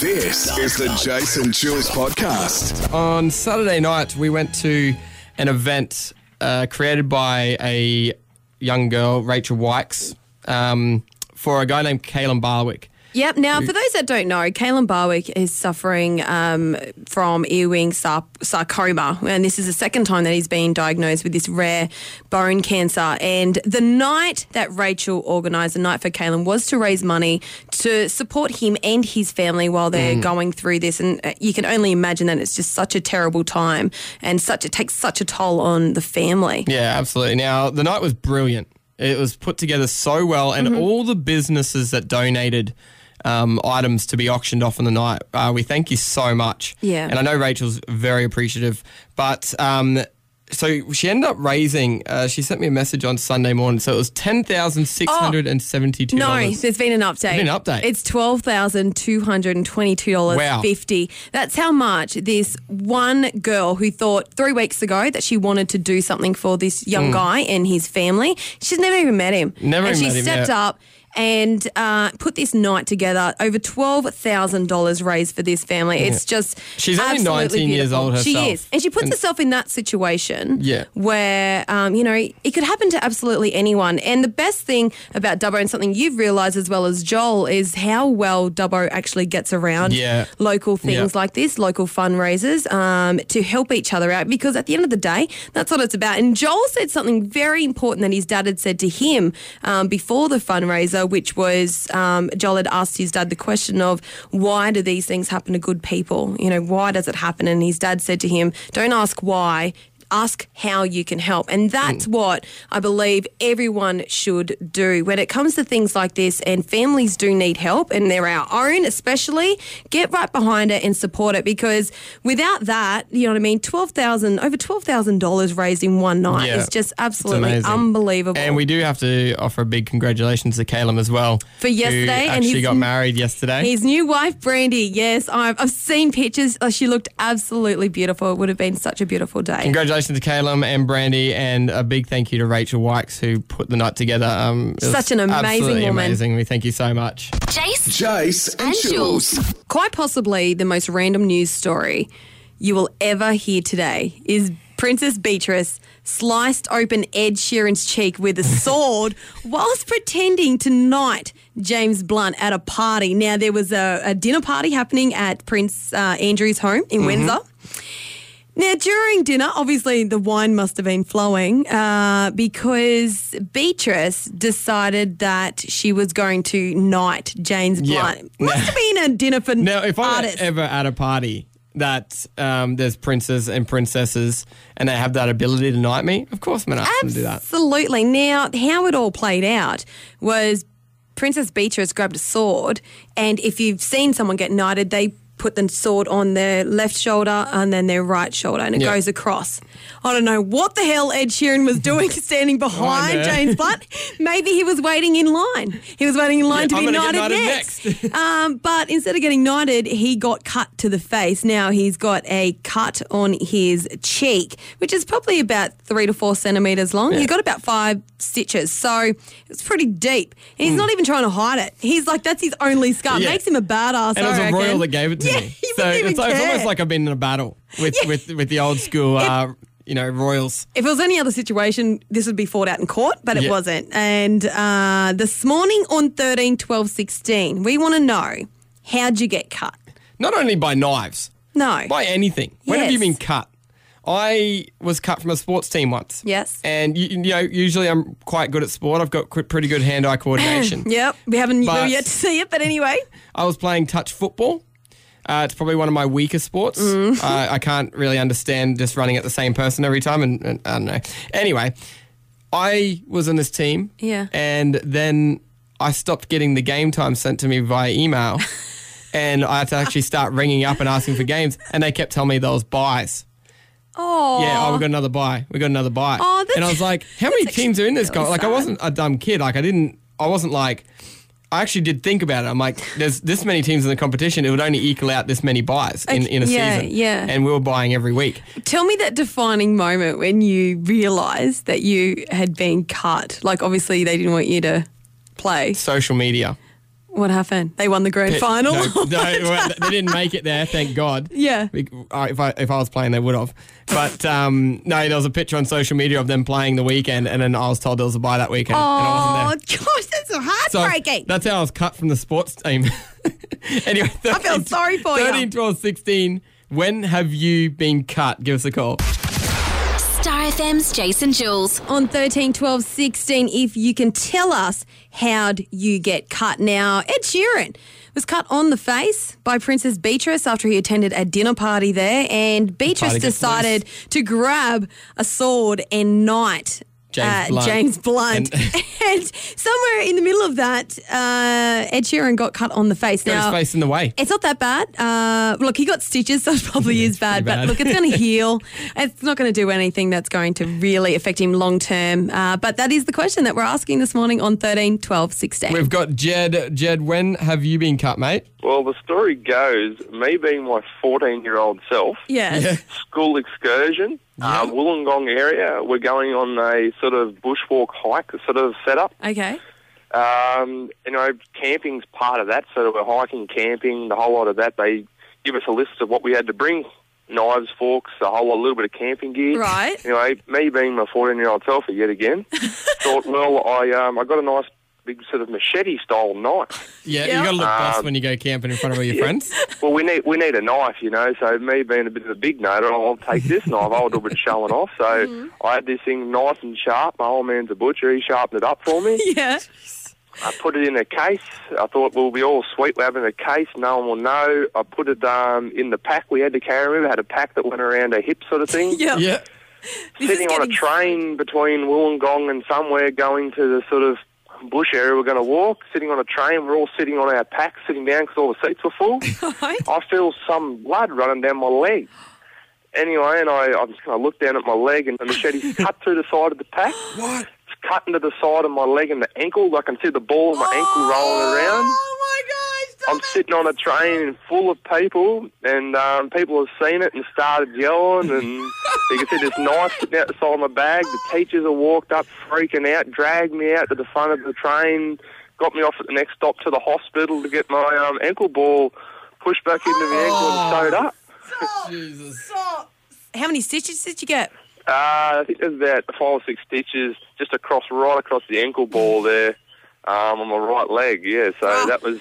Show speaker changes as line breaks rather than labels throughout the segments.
This is the Jason Jules podcast.
On Saturday night, we went to an event uh, created by a young girl, Rachel Wykes, um, for a guy named Caelan Barwick.
Yep. Now, for those that don't know, Kaylin Barwick is suffering um, from earwing sar- sarcoma, and this is the second time that he's been diagnosed with this rare bone cancer. And the night that Rachel organised the night for Kaylin was to raise money to support him and his family while they're going through this. And uh, you can only imagine that it's just such a terrible time, and such it takes such a toll on the family.
Yeah, absolutely. Now, the night was brilliant. It was put together so well, and
Mm-hmm.
all the businesses that donated um, items to be auctioned off on the night, uh, we thank you so much.
Yeah.
And I know Rachel's very appreciative, but. Um, so she ended up raising. Uh, she sent me a message on Sunday morning. So it was ten thousand six hundred and seventy-two
Oh, No,
dollars.
there's been an update.
There's been an update.
It's twelve thousand two hundred and twenty-two dollars fifty. That's how much this one girl who thought three weeks ago that she wanted to do something for this young guy and his family. She's never even met him.
Hmm. Never
and
even
she
met him,
stepped
yeah.
up and uh, put this night together. Over twelve thousand dollars raised for this family. It's just
Hmm. She's only
absolutely
19 years
beautiful.
old herself.
She is, and she puts herself in that situation
Yeah.
where um, you know it could happen to absolutely anyone. And the best thing about Dubbo and something you've realised as well as Joel is how well Dubbo actually gets around
Yeah.
local things
Yeah.
like this, local fundraisers um, to help each other out. Because at the end of the day, that's what it's about. And Joel said something very important that his dad had said to him um, before the fundraiser, which was um, Joel had asked his dad the question of why do these things happen to good people? You know, why does it happen? And his dad said to him, "Don't ask why." ask how you can help. And that's
Hmm.
what I believe everyone should do. When it comes to things like this, and families do need help, and they're our own especially, get right behind it and support it because without that, you know what I mean, 12000 over $12,000 raised in one night
Yeah.
is just absolutely
amazing.
unbelievable.
And we do have to offer a big congratulations to Caleb as well
For yesterday
who
and
actually
his-
got married yesterday.
his new wife, Brandy. Yes, I've, I've seen pictures. Oh, she looked absolutely beautiful. It would have been such a beautiful day.
Congratulations to Caleb and Brandy, and a big thank you to Rachel Wykes who put the night together. Um, it was
Such an amazing
absolutely
woman.
amazing. We thank you so much.
Jason.
Jace and
And Jules.
Jules.
quite possibly the most random news story you will ever hear today is Princess Beatrice sliced open Ed Sheeran's cheek with a sword whilst pretending to knight James Blunt at a party. Now, there was a, a dinner party happening at Prince uh, Andrew's home in Windsor. Now, during dinner, obviously the wine must have been flowing uh, because Beatrice decided that she was going to knight James
Yeah.
Blunt. Must have been a dinner for
Now, if I'm
artists.
ever at a party that um, there's princes and princesses and they have that ability to knight me, of course I'm going to ask them to do that.
Absolutely. Now, how it all played out was Princess Beatrice grabbed a sword, and if you've seen someone get knighted, they put the sword on their left shoulder and then their right shoulder, and it
Yeah.
goes across. I don't know what the hell Ed Sheeran was doing standing behind
her.
James Blunt. Maybe he was waiting in line. He was waiting in line to
I'm
be
gonna
knighted,
get knighted
next. um, but instead of getting knighted, he got cut to the face. Now he's got a cut on his cheek, which is probably about three to four centimeters long. He's got about five stitches, so it's pretty deep. And he's not even trying to hide it. He's like, that's his only scar.
Hmm. Yeah.
Makes him a badass.
And it was
I
a
reckon.
royal that gave it to
yeah,
me.
He
so
wouldn't even
it's, like- it's
care.
almost like I've been in a battle with, with, with the old school, uh, you know, royals.
If it was any other situation, this would be fought out in court, but it
Yeah.
wasn't. And uh, this morning on 13, 12, 16, we want to know how'd you get cut?
Not only by knives,
No.
By anything. When have you
Yes.
been cut? I was cut from a sports team once.
Yes.
And you, you know, usually I'm quite good at sport. I've got qu- pretty good hand-eye coordination.
Yep, we haven't
But-
yet to see it, but anyway.
I was playing touch football. Uh, it's probably one of my weaker sports.
Mm.
Uh, I can't really understand just running at the same person every time, and, and I don't know. Anyway, I was on this team.
Yeah.
And then I stopped getting the game time sent to me via email, and I had to actually start ringing up and asking for games, and they kept telling me those buys.
Oh,
Yeah, oh, we got another buy. We got another buy.
Aw, that's-
and I was like, how many
that's
teams are in this
actually
guy? Like, I
really
wasn't a dumb kid. Like, I didn't, I wasn't like, I actually did think about it. I'm like, there's this many teams in the competition. It would only equal out this many buys in,
Okay,
in a
yeah,
season.
yeah.
And we were buying every week.
tell me that defining moment when you realised that you had been cut. Like, obviously, they didn't want you to play.
Social media.
What happened? They won the grand final.
No, no, well, they didn't make it there. Thank God.
Yeah.
We- uh, If I if I was playing, they would have. But um, no, there was a picture on social media of them playing the weekend, and then I was told there was a buy that weekend. and I wasn't
Oh
there.
gosh, that's so
So
heartbreaking.
that's how I was cut from the sports team. anyway, 13,
feel sorry for you.
13, 12, 16. When have you been cut? Give us a call.
Star FM's Jason Jules.
on 13, 12, 16 if you can tell us how'd you get cut. Now, Ed Sheeran was cut on the face by Princess Beatrice after he attended a dinner party there, and Beatrice
gets
decided to grab a sword and knight. uh,
James Blunt.
James Blunt.
And-
And, somewhere in the middle of that, uh, Ed Sheeran got cut on the face.
Got
now,
his face in the way.
it's not that bad. Uh, look, he got stitches, so it probably is
pretty
bad,
bad.
But look, it's going to heal. It's not going to do anything that's going to really affect him long term. Uh, but that is the question that we're asking this morning on 13, 12, 16.
We've got Jed. Jed, when have you been cut, mate?
Well, the story goes me being my 14 year old self,
yes.
school excursion, uh, Wollongong area. We're going on a sort of bushwalk hike sort of setup.
Okay.
Um, you know, camping's part of that. So we're hiking, camping, the whole lot of that. They give us a list of what we had to bring knives, forks, a whole lot, a little bit of camping gear.
Right.
Anyway, me being my 14 year old self yet again, thought, well, I, um, I got a nice big sort of machete style knife.
Yeah, you
Yeah.
got to look boss when you go camping in front of all your friends.
Well, we need we need a knife, you know. So me being a bit of a big note, I'll take this knife. I'll do a bit of showing off. So I had this thing nice and sharp. My old man's a butcher. He sharpened it up for me.
Yeah.
I put it in a case. I thought we'll be all sweet. We're having a case. No one will know. I put it um, in the pack we had to carry. Remember, I had a pack that went around a hip sort of thing.
Yeah.
Yeah.
This is
Sitting on a
getting-
train between Wollongong and somewhere going to the sort of bush area we're going to walk. Sitting on a train. We're all sitting on our packs, sitting down because all the seats were full.
Right.
I feel some blood running down my leg. Anyway, and I, I, just, I look down at my leg, and the machete's cut through the side of the pack. What? It's cut into the side of my leg and the ankle. I can see the ball of my ankle rolling around.
Oh my
I'm
gosh.
sitting on a train full of people, and um, people have seen it and started yelling. And you can see this knife sitting out the side of my bag. The teachers have walked up, freaking out, dragged me out to the front of the train, got me off at the next stop to the hospital to get my um, ankle ball pushed back into my ankle and sewed up.
Jesus.
How many stitches did you get?
Uh, I think there's about five or six stitches just across, right across the ankle ball there um, on my right leg. Yeah, so that was.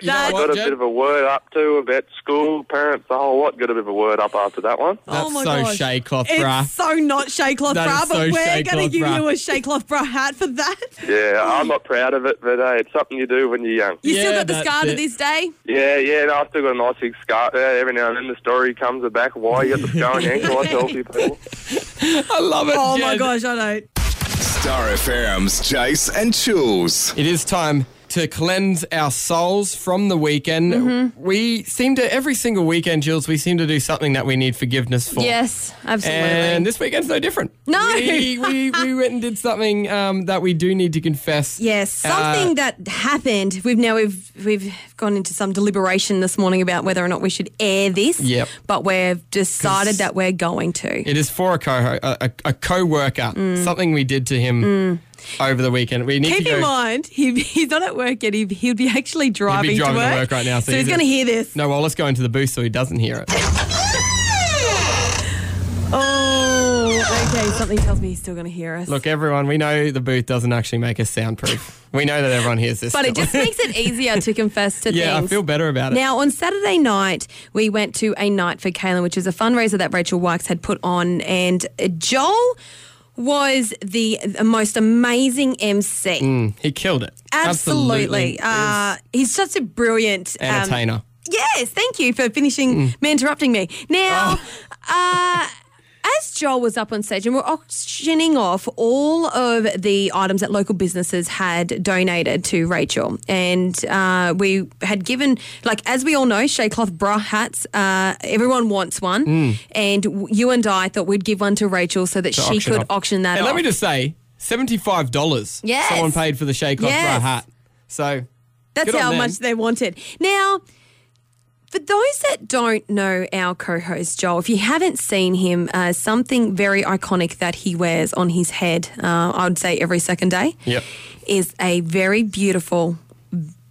You know
I
I
what,
got a
Jed?
bit of a word up too about school, parents, the whole lot. Got a bit of a word up after that one.
That's
oh my
so
gosh.
shade cloth
It's
bra.
so not shea cloth
That
bra,
is
but
so shea
we're going to
cloth
give
bra.
you a shea cloth bra hat for that.
Yeah, I'm not proud of it, but hey, it's something you do when you're young.
You still
Yeah,
got the
that's
scar to
it.
this day?
Yeah, yeah, no, I've still got a nice big scar. there. every now and then the story comes back why you got the scar on your ankle. I tell people.
I love it.
Oh my
Jed.
gosh, I know.
Star FM's Jace and Jules.
It is time to cleanse our souls from the weekend.
Mm-hmm.
We seem to, every single weekend, Jules, we seem to do something that we need forgiveness for.
Yes, absolutely.
And this weekend's no different.
No.
We, we, we went and did something um, that we do need to confess.
Yes, something
Uh,
that happened. We've now we've we've gone into some deliberation this morning about whether or not we should air this.
Yep.
But we've decided that we're going to.
It is for a co a, a, a co-worker. Something we did to him over the weekend. We need
Mm. Keep
to go.
in mind, he, he's not at work yet. He, he'd be actually driving,
driving to
to, work.
work right now, so
So, he's
he's
going to
in-
hear this.
No, well, let's go into the booth so he doesn't hear it.
Oh, okay. Something tells me he's still going to hear us.
Look, everyone, we know the booth doesn't actually make us soundproof. we know that everyone hears this.
but it
still.
just makes it easier to confess to
yeah,
things.
I feel better about it.
Now, on Saturday night, we went to a night for Kaylin, which is a fundraiser that Rachel Wykes had put on. And uh, Joel was the most amazing MC.
he killed it.
Absolutely. Uh, he's such a brilliant um,
Entertainer.
Yes, thank you for finishing
Mm.
me interrupting me. Now,
Oh.
uh, as Joel was up on stage and we're auctioning off all of the items that local businesses had donated to Rachel, and uh, we had given, like as we all know, shea cloth bra hats. Uh, everyone wants one,
Mm.
and w- you and I thought we'd give one to Rachel so that she
auction
could
off.
auction that
and
off.
let me just say, seventy-five dollars.
Yes.
Someone paid for the shake off
Yes.
for a hat. So
That's
Good on
how
them.
much they wanted. Now, for those that don't know our co host, Joel, if you haven't seen him, uh, something very iconic that he wears on his head, uh, I would say every second day,
Yep.
is a very beautiful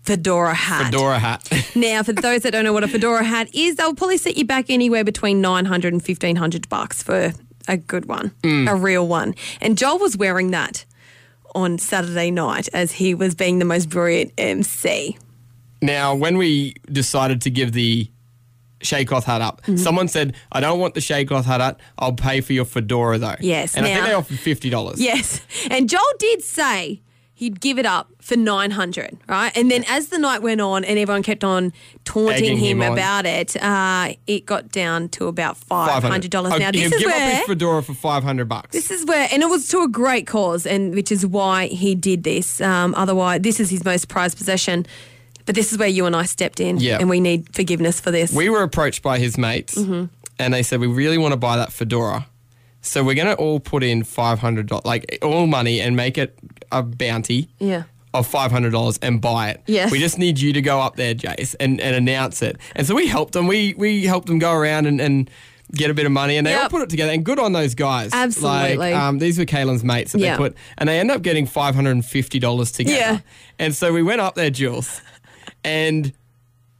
fedora hat.
Fedora hat.
Now, for those that don't know what a fedora hat is, they'll probably set you back anywhere between 900 and 1500 bucks for a good one,
Mm.
a real one. And Joel was wearing that on Saturday night as he was being the most brilliant MC.
Now, when we decided to give the shade cloth hat up,
Mm-hmm.
someone said, I don't want the shade cloth hat up. I'll pay for your fedora, though.
Yes,
And I think
now-
they offered $50.
Yes. And Joel did say he'd give it up for 900, right? And then as the night went on and everyone kept on taunting
Egging
him,
him on.
about it, uh, it got down to about $500.
$500.
Now,
I'll
this
give
is
Oh, up
where.
his fedora for 500 bucks.
This is where, and it was to a great cause, and which is why he did this. Um, otherwise, this is his most prized possession. But this is where you and I stepped in,
Yeah.
and we need forgiveness for this.
We were approached by his mates,
Mm-hmm.
and they said we really want to buy that fedora, so we're going to all put in five hundred dollars, like all money, and make it a bounty.
Yeah.
Of five hundred dollars and buy it.
Yes.
We just need you to go up there, Jace, and, and announce it. And so we helped them. We we helped them go around and, and get a bit of money, and they all
Yep.
put it together. And good on those guys. Like,
Absolutely.
um, these were Caelan's mates that
Yeah.
they put, and they end up getting five hundred and fifty dollars together.
Yeah.
And so we went up there, Jules, and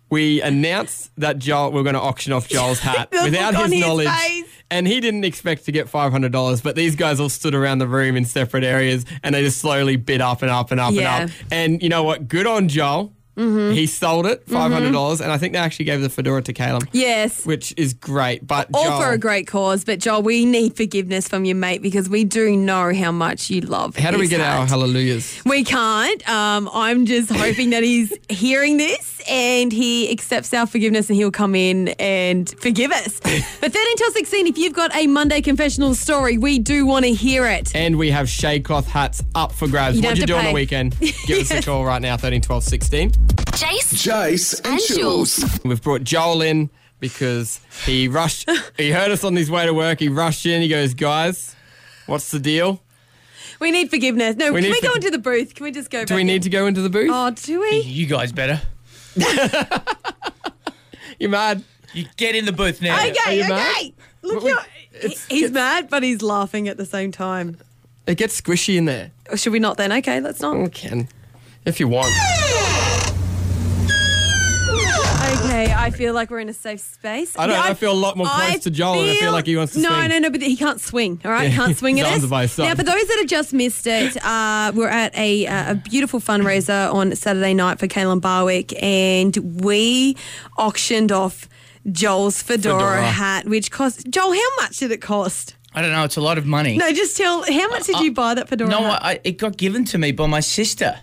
we announced that Joel we are going to auction off Joel's hat
The
without
look on
his,
his
knowledge,
face.
and he didn't expect to get five hundred dollars. But these guys all stood around the room in separate areas, and they just slowly bid up and up and up
Yeah. Mm-hmm.
and up. And you know what? Good on Joel. He sold it five hundred dollars, and I think they actually gave the fedora to Caleb,
yes.
which is great. But
All
Joel,
for a great cause, but Joel, we need forgiveness from your mate because we do know how much you love.
how do we
his
get our
heart.
hallelujahs?
We can't. Um, I'm just hoping that he's hearing this and he accepts our forgiveness and he'll come in and forgive us. But 13 till 16, if you've got a Monday confessional story, we do want to hear it.
And we have shade cloth hats up for grabs.
You don't
What'd you
have to
do on
pay.
the weekend? Give us a call right now, 13, 12, 16.
Jace
Jace and,
And Jules.
Jules.
We've brought Joel in because he rushed. he heard us on his way to work. He rushed in. He goes, guys, what's the deal?
We need forgiveness. No, can
need
we go
forg-
into the booth? Can we just go
Do we need to go into the booth?
Oh, do we?
You guys better.
You're mad.
You get in the booth now.
Okay,
Are you
okay.
mad?
Look,
we-
you're- he's mad, but he's laughing at the same time.
It gets squishy in there.
Or Should we not then? Okay, let's not.
We can, if you want.
Okay, I feel like we're in a safe space.
I don't know, I feel a lot more close to Joel and I feel like he wants to
no,
swing.
No, no, but he can't swing, all right?
Yeah,
Can't swing
his
at
arms
us.
are by his side.
Now, for those that have just missed it, uh, we're at a, uh, a beautiful fundraiser on Saturday night for Caelan Barwick, and we auctioned off Joel's fedora,
Fedora.
hat, which cost. Joel, how much did it cost?
I don't know. It's a lot of money.
No, just tell. How much
Uh,
did you buy that fedora?
No,
hat?
I, it got given to me by my sister.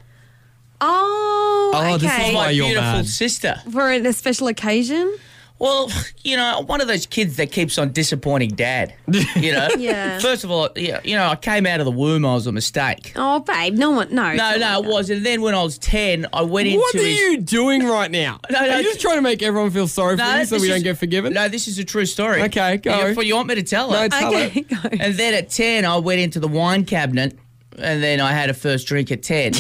Oh,
Oh, this is
okay.
why
my
you're
beautiful
mad.
sister.
for a special occasion.
Well, you know, one of those kids that keeps on disappointing dad. You know.
Yeah.
First of all, yeah, you know, I came out of the womb. I was a mistake.
Oh, babe, no one, no,
No, no, it was. And then when I was ten, I went
What
into
are
his.
you doing right now?
No, no,
are you just trying to make everyone feel sorry for
No,
you so
this
we
is-
don't get forgiven?
No, this is a true story.
Okay, go.
You, you want me to tell
No,
it?
tell
Okay,
it.
go.
And then at 10, I went into the wine cabinet and then I had a first drink at 10.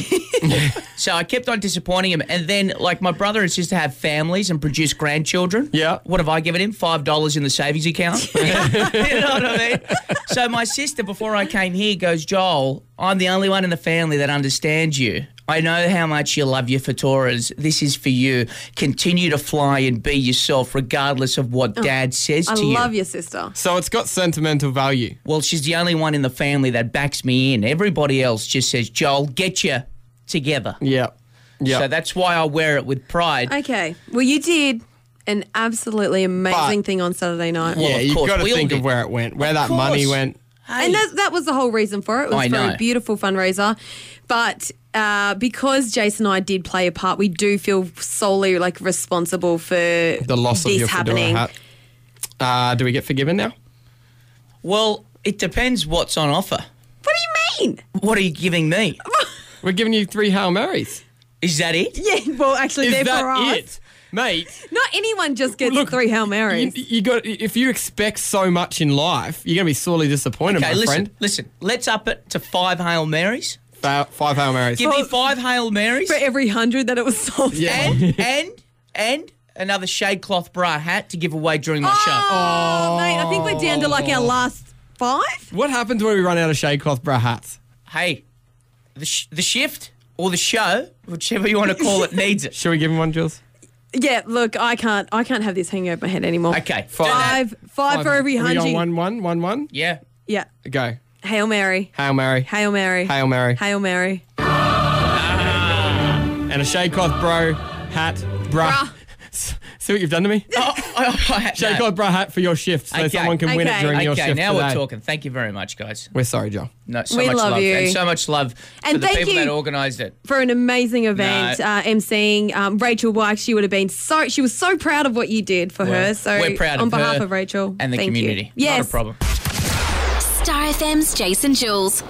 so I kept on disappointing him. And then, like, my brother and sister have families and produce grandchildren.
Yeah.
What have I given him? $5 in the savings account. you know what I mean? So my sister, before I came here, goes, Joel, I'm the only one in the family that understands you. I know how much you love your fedoras. This is for you. Continue to fly and be yourself, regardless of what dad says
I
to you.
love your sister.
So it's got sentimental value.
Well, she's the only one in the family that backs me in. Everybody else just says, Joel, get you together.
Yeah. Yeah.
So that's why I wear it with pride.
Okay, well, you did an absolutely amazing
But-
thing on Saturday night.
Well,
yeah,
of
you've
course,
got to
we all
think of
did.
where it went, where that money
course.
went.
Hey,
And that, that was the whole reason for it. It was
I
for a
know.
beautiful fundraiser. But uh, because Jason and I did play a part, we do feel solely like responsible for
The loss
this
of your
happening.
fedora hat. Uh, do we get forgiven now?
well, it depends what's on offer.
What do you mean?
What are you giving me?
We're giving you three Hail Marys.
Is that it?
Yeah, well, actually,
Is
they're
that
for us.
it, mate?
Not anyone just gets
Look,
three Hail Marys.
You, you got. If you expect so much in life, you're going to be sorely disappointed,
Okay,
my
listen,
friend.
listen. Let's up it to five Hail Marys.
Fa- Five Hail Marys.
Give me five Hail Marys.
for every hundred that it was sold. for.
Yeah.
And, and, and another shade cloth bra hat to give away during my show.
Oh, mate, I think we're down to like
Oh.
our last five.
What happens when we run out of shade cloth bra hats?
Hey, the, sh- the shift. or the show, whichever you want to call it, needs it.
Should we give him one, Jules?
Yeah, look, I can't I can't have this hanging over my head anymore.
Okay, do that.
Five, five, Uh, for every
Are We on
hundred.
one, one, one, one.
Yeah.
Yeah.
Go.
Hail Mary.
Hail Mary.
Hail Mary.
Hail Mary.
Hail Mary.
and a shade cloth bro hat, bruh.
Bruh.
S- See what you've done to me?
Oh, oh, oh,
Shade
no.
cloth bra hat for your shift so
Okay.
someone can win it
Okay.
during your
Okay,
shift.
now we're
today.
talking. Thank you very much, guys.
We're sorry, Joe.
No, so
We
much
love
love,
you.
and so much love for
And
the
thank
people that
you.
organised it.
For an amazing event,
No.
uh, emceeing um, Rachel White, she would have been so she was so proud of what you did for
Well,
her. So
we're proud of
on behalf
her
of Rachel
and the
thank you.
community.
Yes,
Not a problem.
Star FM's Jason Jules.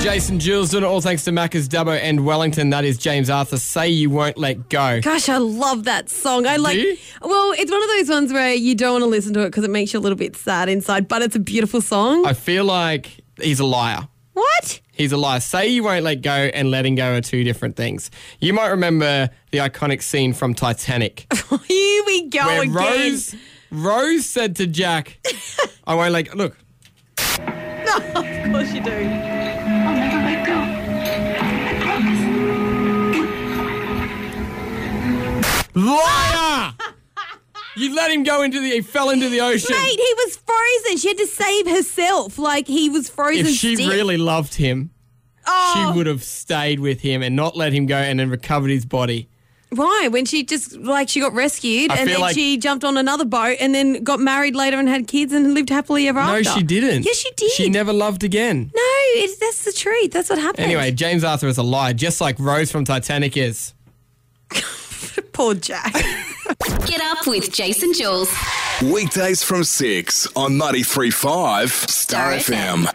Jason Jules doing it all thanks to Macca's Dubbo and Wellington. That is James Arthur. Say you won't let go.
Gosh, I love that song. I like.
you?
Well, it's one of those ones where you don't want to listen to it because it makes you a little bit sad inside, but it's a beautiful song.
I feel like he's a liar.
what?
He's a liar. Say you won't let go and letting go are two different things. You might remember the iconic scene from Titanic
Here we go
where
Oh, again.
Rose Rose said to Jack, "Oh, I won't let look,
No, of course you do.
I'll never let go. I promise.
liar! you let him go into the he fell into the ocean.
Mate, he was frozen. She had to save herself. Like he was frozen.
if she
stiff.
really loved him,
Oh.
she would have stayed with him and not let him go and then recovered his body.
Why? When she just like she got rescued
I
and
feel
then
like-
she jumped on another boat and then got married later and had kids and lived happily ever
No,
after.
she didn't.
Yes, she did.
She never loved again.
no, it, that's the truth. That's what happened.
Anyway, James Arthur is a liar, just like Rose from Titanic is.
poor Jack.
Get up with Jason Jules.
Weekdays from 6 on 93.5 Star
Star
FM.